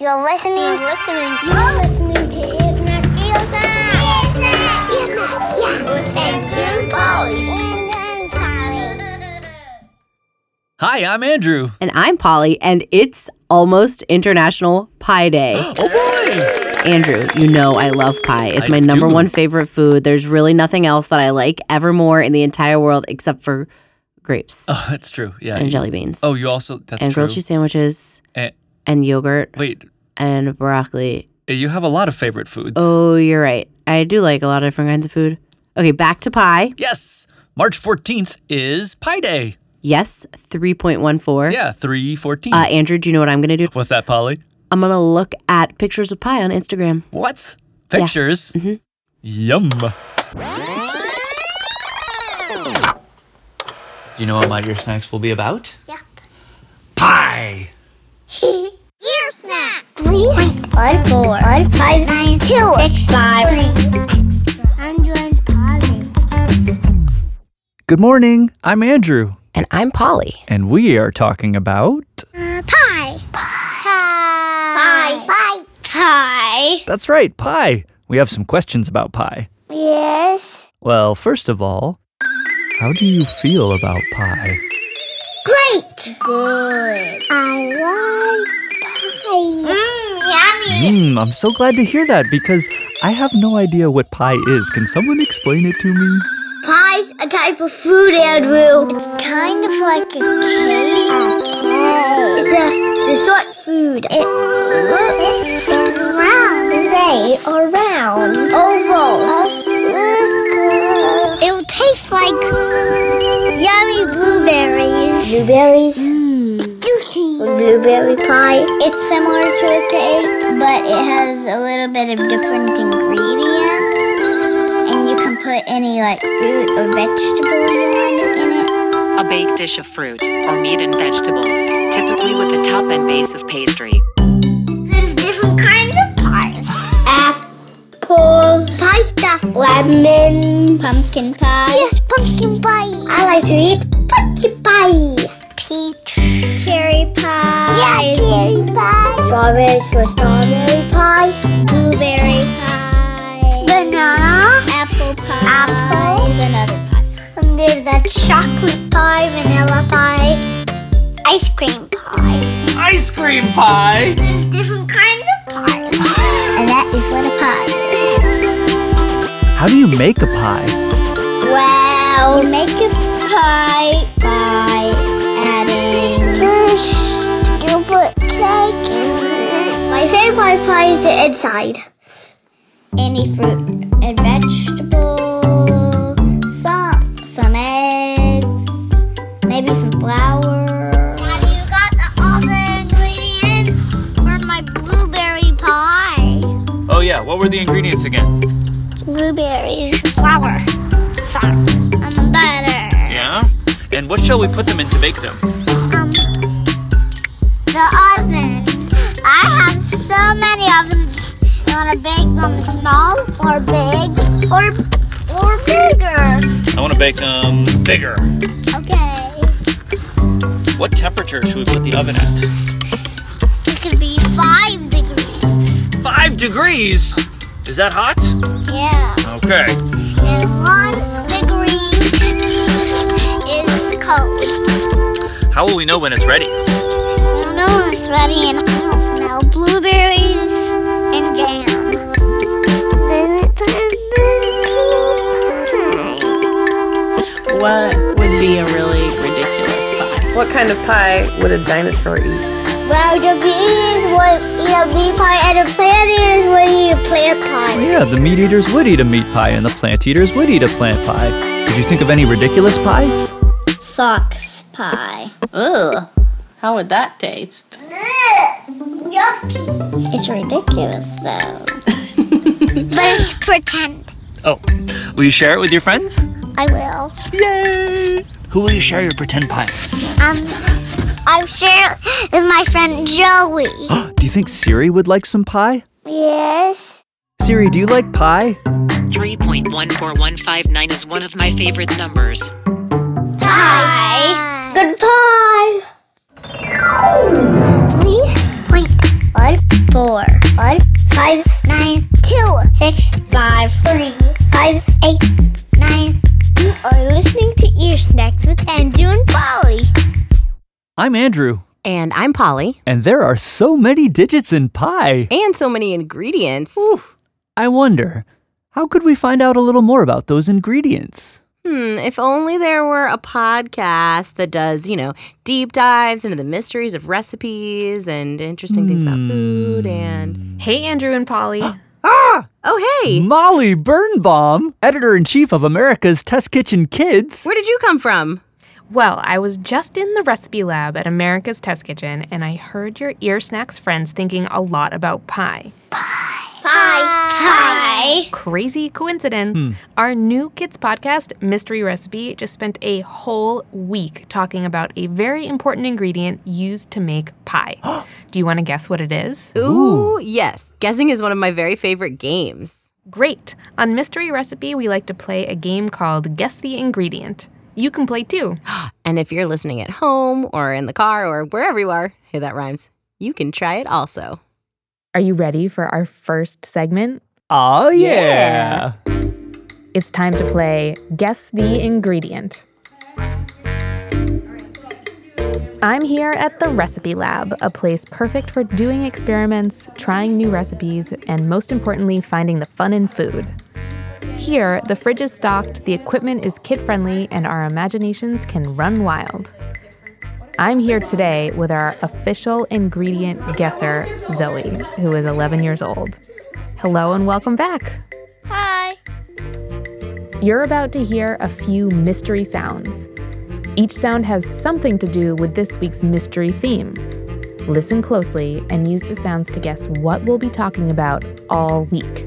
You're listening. You're listening. You're listening to Ears Max. Ears Max. Ears Max. Ears Max. Yeah. With Andrew Polly. Hi, I'm Andrew. And I'm Polly, and it's almost International Pie Day. Oh boy! Andrew, you know I love pie. It's I my number do. one favorite food. There's really nothing else that I like ever more in the entire world except for grapes Oh, that's true. Yeah. and jelly beans. Oh, you also that's and true. grilled cheese sandwiches Eh, and yogurt wait, and broccoli. you have a lot of favorite foods. Oh, you're right. I do like a lot of different kinds of food. Okay, back to pie. Yes, March fourteenth is Pie Day. Yes, 3.14. Yeah, three fourteen. Uh, Andrew, do you know what I'm going to do? What's that, Polly? I'm going to look at pictures of pie on Instagram. What pictures? Mm-hmm. Yum. Do you know what my ear snacks will be about? Yep. Pie. Ear snack. Three. One. Four. One. Five. Nine. Two. Six. Five. Three. Andrew Polly. Good morning. I'm Andrew, And I'm Polly. and we are talking about. Uh, pie. Pie. Pie. Pie. Pie. That's right, pie. We have some questions about pie. Yes. Well, first of all, how do you feel about pie? Great. Good. I like pie. Mmm, yummy. Mmm, I'm so glad to hear that because I have no idea what pie is. Can someone explain it to me? Pie's a type of food, Andrew. It's kind of like a cake. It's a dessert food. It looks round. They are round. Oval. A circle. It will taste like yummy blueberries. Blueberries. Mmm. Juicy. Blueberry pie. It's similar to a cake, but it has a little bit of different ingredients and you can put any like fruit or vegetable you want in it. A baked dish of fruit or meat and vegetables, typically with a top and base of pastry. There's different kinds of pies. Apples, pie stuff, lemon, pumpkin pie. Yes, pumpkin pie. I like to eat pumpkin pie. Peach, cherry pie. Yeah, cherry pie. Strawberries for strawberry pie. Blueberry pie. Banana. Apple pie. Apples and other pies. And there's a chocolate pie, vanilla pie, ice cream pie. Ice cream pie! There's different kinds of pies. And that is what a pie is. How do you make a pie? Well, you make a pie by adding. First, you put cake in it. My favorite pie is the inside. Any fruit and vegetable, some, some eggs, maybe some flour. Daddy, you got all the ingredients for my blueberry pie. Oh, yeah, what were the ingredients again? blueberries, flour, salt, and butter. Yeah? And what shall we put them in to bake them? Um, the oven. I have so many ovens. You want to bake them small or big or or bigger. I want to bake them bigger. Okay, What temperature should we put the oven at? it could be five degrees. Five degrees? Is that hot? Yeah, Okay. and one degree is cold. How will we know when it's ready? You know when it's ready, and I'll smell blueberries and jam. What would be a really ridiculous pie? What kind of pie would a dinosaur eat? Well, the bees would eat a bee pie, and the plant eaters would eat a plant pie. Yeah, the meat eaters would eat a meat pie, and the plant eaters would eat a plant pie. Did you think of any ridiculous pies? Socks pie. Ugh, how would that taste? Yucky. It's ridiculous, though. Let's pretend. Oh, will you share it with your friends? I will. Yay! Who will you share your pretend pie? Um, I'm sure with my friend Joey. Do you think Siri would like some pie? Yes. Siri, do you like pie? 3.14159 is one of my favorite numbers. Bye. Goodbye. Three point one I'm Andrew, And I'm Polly. and there are so many digits in pie. And so many ingredients. I wonder, how could we find out a little more about those ingredients? Hmm, if only there were a podcast that does, you know, deep dives into the mysteries of recipes and interesting things about food and. Hey, Andrew and Polly. Oh, hey! Molly Birnbaum, editor in chief of America's Test Kitchen Kids. Where did you come from? Well, I was just in the recipe lab at America's Test Kitchen and I heard your ear snacks friends thinking a lot about pie. Pie. Crazy coincidence. Our new kids podcast, Mystery Recipe, just spent a whole week talking about a very important ingredient used to make pie. Do you want to guess what it is? Ooh, yes. Guessing is one of my very favorite games. Great! On Mystery Recipe, we like to play a game called Guess the Ingredient. You can play too. And if you're listening at home or in the car or wherever you are, hey, that rhymes, you can try it also. Are you ready for our first segment? Oh, yeah. It's time to play Guess the Ingredient. I'm here at the Recipe Lab, a place perfect for doing experiments, trying new recipes, and most importantly, finding the fun in food. Here, the fridge is stocked, the equipment is kid friendly, and our imaginations can run wild. I'm here today with our official ingredient guesser, Zoe, who is 11 years old. Hello and welcome back. Hi. You're about to hear a few mystery sounds. Each sound has something to do with this week's mystery theme. Listen closely and use the sounds to guess what we'll be talking about all week.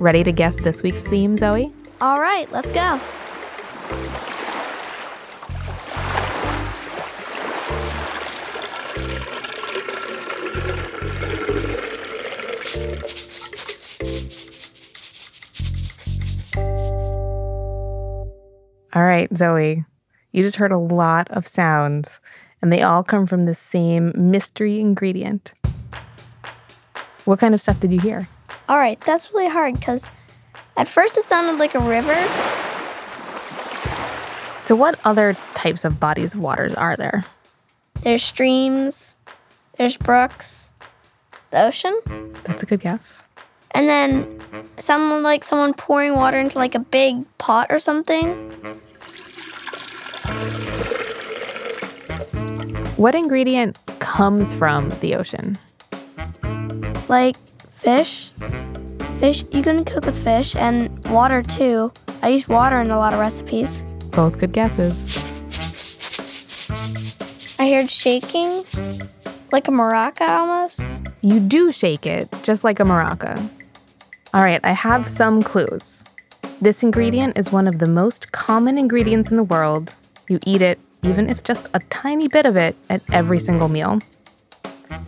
Ready to guess this week's theme, Zoe? All right, let's go. All right, Zoe, you just heard a lot of sounds, and they all come from the same mystery ingredient. What kind of stuff did you hear? All right, that's really hard because at first it sounded like a river. So, what other types of bodies of waters are there? There's streams, there's brooks, the ocean, That's a good guess. and then someone like someone pouring water into like a big pot or something. What ingredient comes from the ocean? Like fish. Fish, you can cook with fish and water too. I use water in a lot of recipes. Both good guesses. I heard shaking, like a maraca almost. You do shake it, just like a maraca. All right, I have some clues. This ingredient is one of the most common ingredients in the world. You eat it, even if just a tiny bit of it, at every single meal.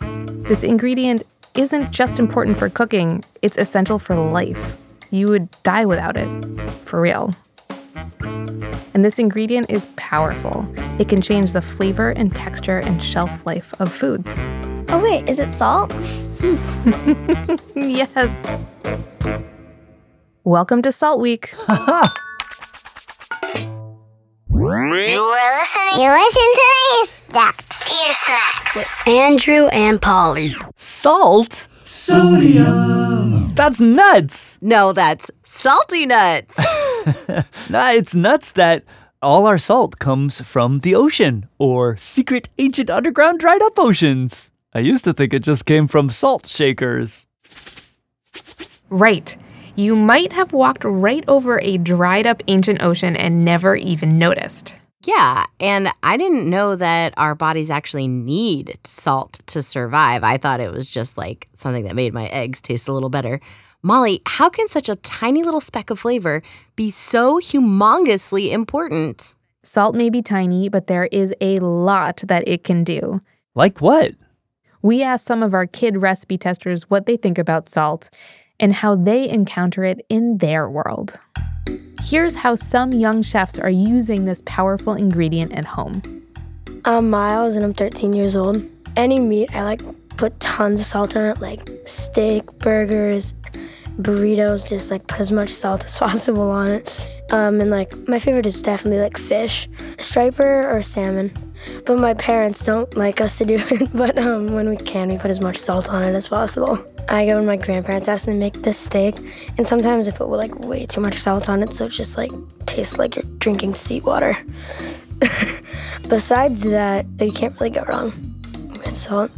This ingredient isn't just important for cooking, it's essential for life. You would die without it, for real. And this ingredient is powerful. It can change the flavor and texture and shelf life of foods. Oh wait, is it salt? Yes. Welcome to Salt Week. You listen to these ducks. Ear snacks. Andrew and Polly. Salt? Sodium. That's nuts. No, that's salty nuts. Nah, it's nuts that all our salt comes from the ocean or secret ancient underground dried up oceans. I used to think it just came from salt shakers. Right. You might have walked right over a dried up ancient ocean and never even noticed. Yeah, and I didn't know that our bodies actually need salt to survive. I thought it was just like something that made my eggs taste a little better. Molly, how can such a tiny little speck of flavor be so humongously important? Salt may be tiny, but there is a lot that it can do. Like what? We asked some of our kid recipe testers what they think about salt and how they encounter it in their world. Here's how some young chefs are using this powerful ingredient at home. I'm Miles and I'm 13 years old. Any meat, I like put tons of salt on it, like steak, burgers, burritos, just like put as much salt as possible on it. Um, and like my favorite is definitely like fish, striper or salmon. but my parents don't like us to do it. But um, when we can, we put as much salt on it as possible. I go to my grandparents' house and they make this steak, and sometimes they put like way too much salt on it, so it just like tastes like you're drinking seawater. Besides that, you can't really go wrong with salt.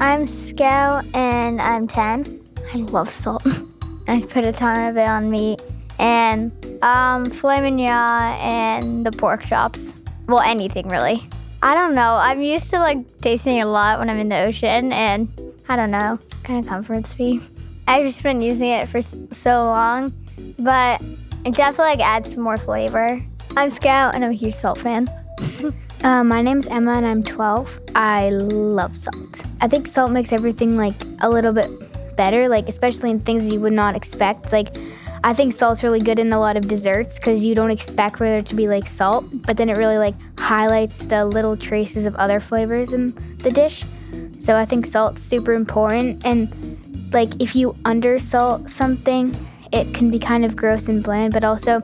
I'm Scout and I'm 10. I love salt. I put a ton of it on meat and um, filet mignon and the pork chops. Well, anything really. I don't know. I'm used to like tasting a lot when I'm in the ocean and I don't know. Kind of comforts me. I've just been using it for s- so long, but it definitely like adds some more flavor. I'm Scout and I'm a huge salt fan. Uh, my name's Emma and I'm 12. I love salt. I think salt makes everything like a little bit better, like especially in things you would not expect. Like I think salt's really good in a lot of desserts because you don't expect for there to be like salt, but then it really like highlights the little traces of other flavors in the dish. So I think salt's super important and like if you undersalt something, it can be kind of gross and bland, but also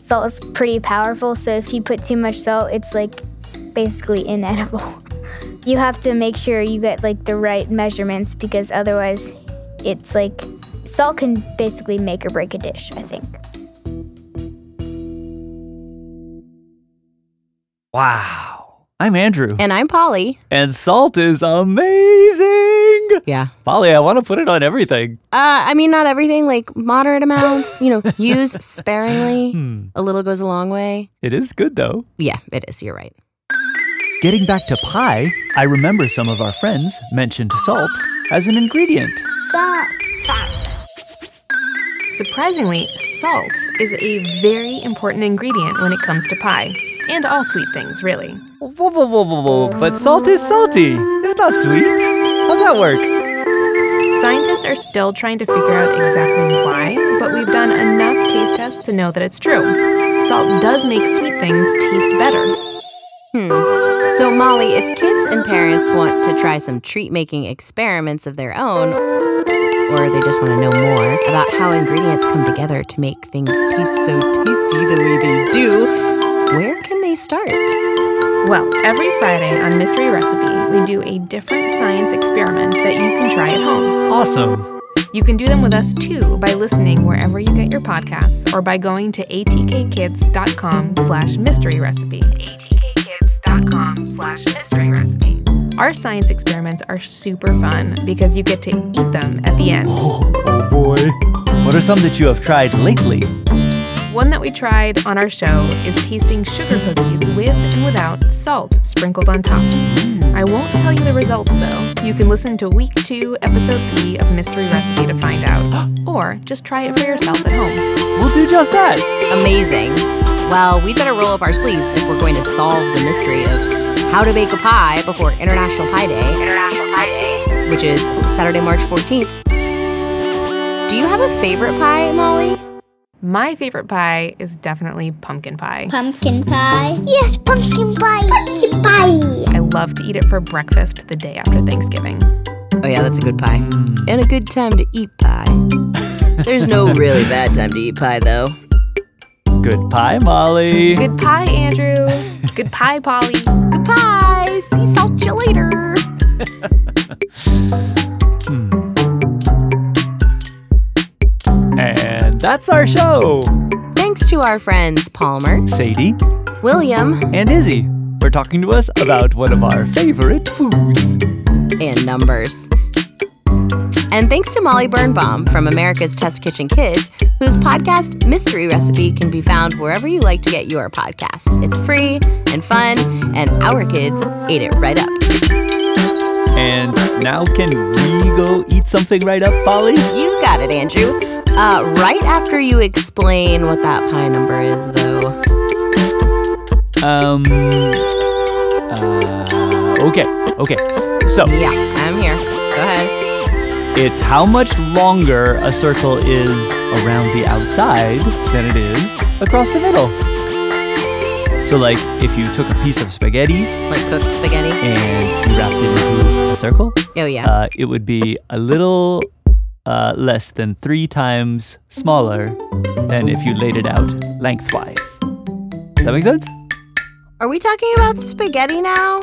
salt is pretty powerful. So if you put too much salt, it's like basically inedible. you have to make sure you get like the right measurements because otherwise it's like salt can basically make or break a dish, I think. Wow. I'm Andrew. And I'm Polly. And salt is amazing. Yeah. Polly, I want to put it on everything. Uh, I mean, not everything, like moderate amounts, you know, use sparingly. Hmm. A little goes a long way. It is good though. Yeah, it is. You're right. Getting back to pie, I remember some of our friends mentioned salt as an ingredient. Salt. Surprisingly, salt is a very important ingredient when it comes to pie and all sweet things, really. Whoa, whoa, whoa, whoa, whoa. But salt is salty. It's not sweet. How's that work? Scientists are still trying to figure out exactly why, but we've done enough taste tests to know that it's true. Salt does make sweet things taste better. Hmm. So, Molly, if kids and parents want to try some treat making experiments of their own, or they just want to know more about how ingredients come together to make things taste so tasty the way they do, where can they start? Well, every Friday on Mystery Recipe, we do a different science experiment that you can try at home. Awesome. You can do them with us too by listening wherever you get your podcasts or by going to atkkids.com slash mystery recipe. atkkids.com slash mystery recipe. Our science experiments are super fun because you get to eat them at the end. Oh boy. What are some that you have tried lately? One that we tried on our show is tasting sugar cookies with and without salt sprinkled on top. I won't tell you the results though. You can listen to week two, episode three of Mystery Recipe to find out, or just try it for yourself at home. We'll do just that. Amazing. Well, we better roll up our sleeves if we're going to solve the mystery of how to bake a pie before International Pie Day. International Pie Day. Which is Saturday, March 14th. Do you have a favorite pie, Molly? My favorite pie is definitely pumpkin pie. Pumpkin pie. Yes, pumpkin pie. Pumpkin pie. I love to eat it for breakfast the day after Thanksgiving. Oh, yeah, that's a good pie. And a good time to eat pie. There's no really bad time to eat pie, though. Good pie, Molly. Good pie, Andrew. Good pie, Polly. Goodbye. See salt you later. And that's our show. Thanks to our friends Palmer, Sadie William, and Izzy for talking to us about one of our favorite foods. and Numbers. And thanks to Molly Birnbaum from America's Test Kitchen Kids, whose podcast Mystery Recipe can be found wherever you like to get your podcast. It's free and fun, and our kids ate it right up. And now can we go eat something right up, Polly? You got it, Andrew. Uh, right after you explain what that pie number is, though. Um. uh, okay. Okay. So Yeah, I'm here. Go ahead. it's how much longer a circle is around the outside than it is across the middle. So, like, if you took a piece of spaghetti Like cooked spaghetti. and you wrapped it into a circle, Oh yeah. uh, it would be a little uh, less than three times smaller than if you laid it out lengthwise. Does that make sense? Are we talking about spaghetti now?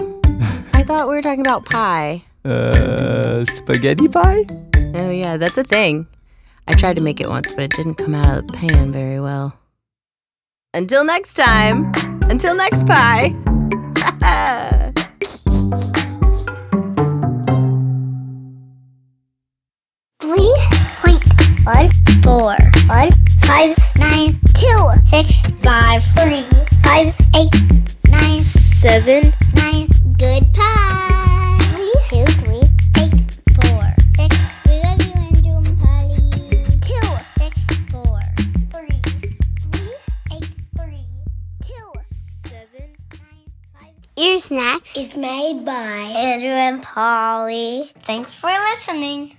I thought we were talking about pie. Uh, spaghetti pie? Oh, yeah, that's a thing. I tried to make it once, but it didn't come out of the pan very well. Until next time. Until next pie. Three point one four one five nine two six five three five eight nine seven nine. Goodbye. Three two three eight four six. We love you, Andrew and Polly. Two six four three three eight three two seven nine five. Ear Snacks is made by Andrew and Polly. Thanks for listening.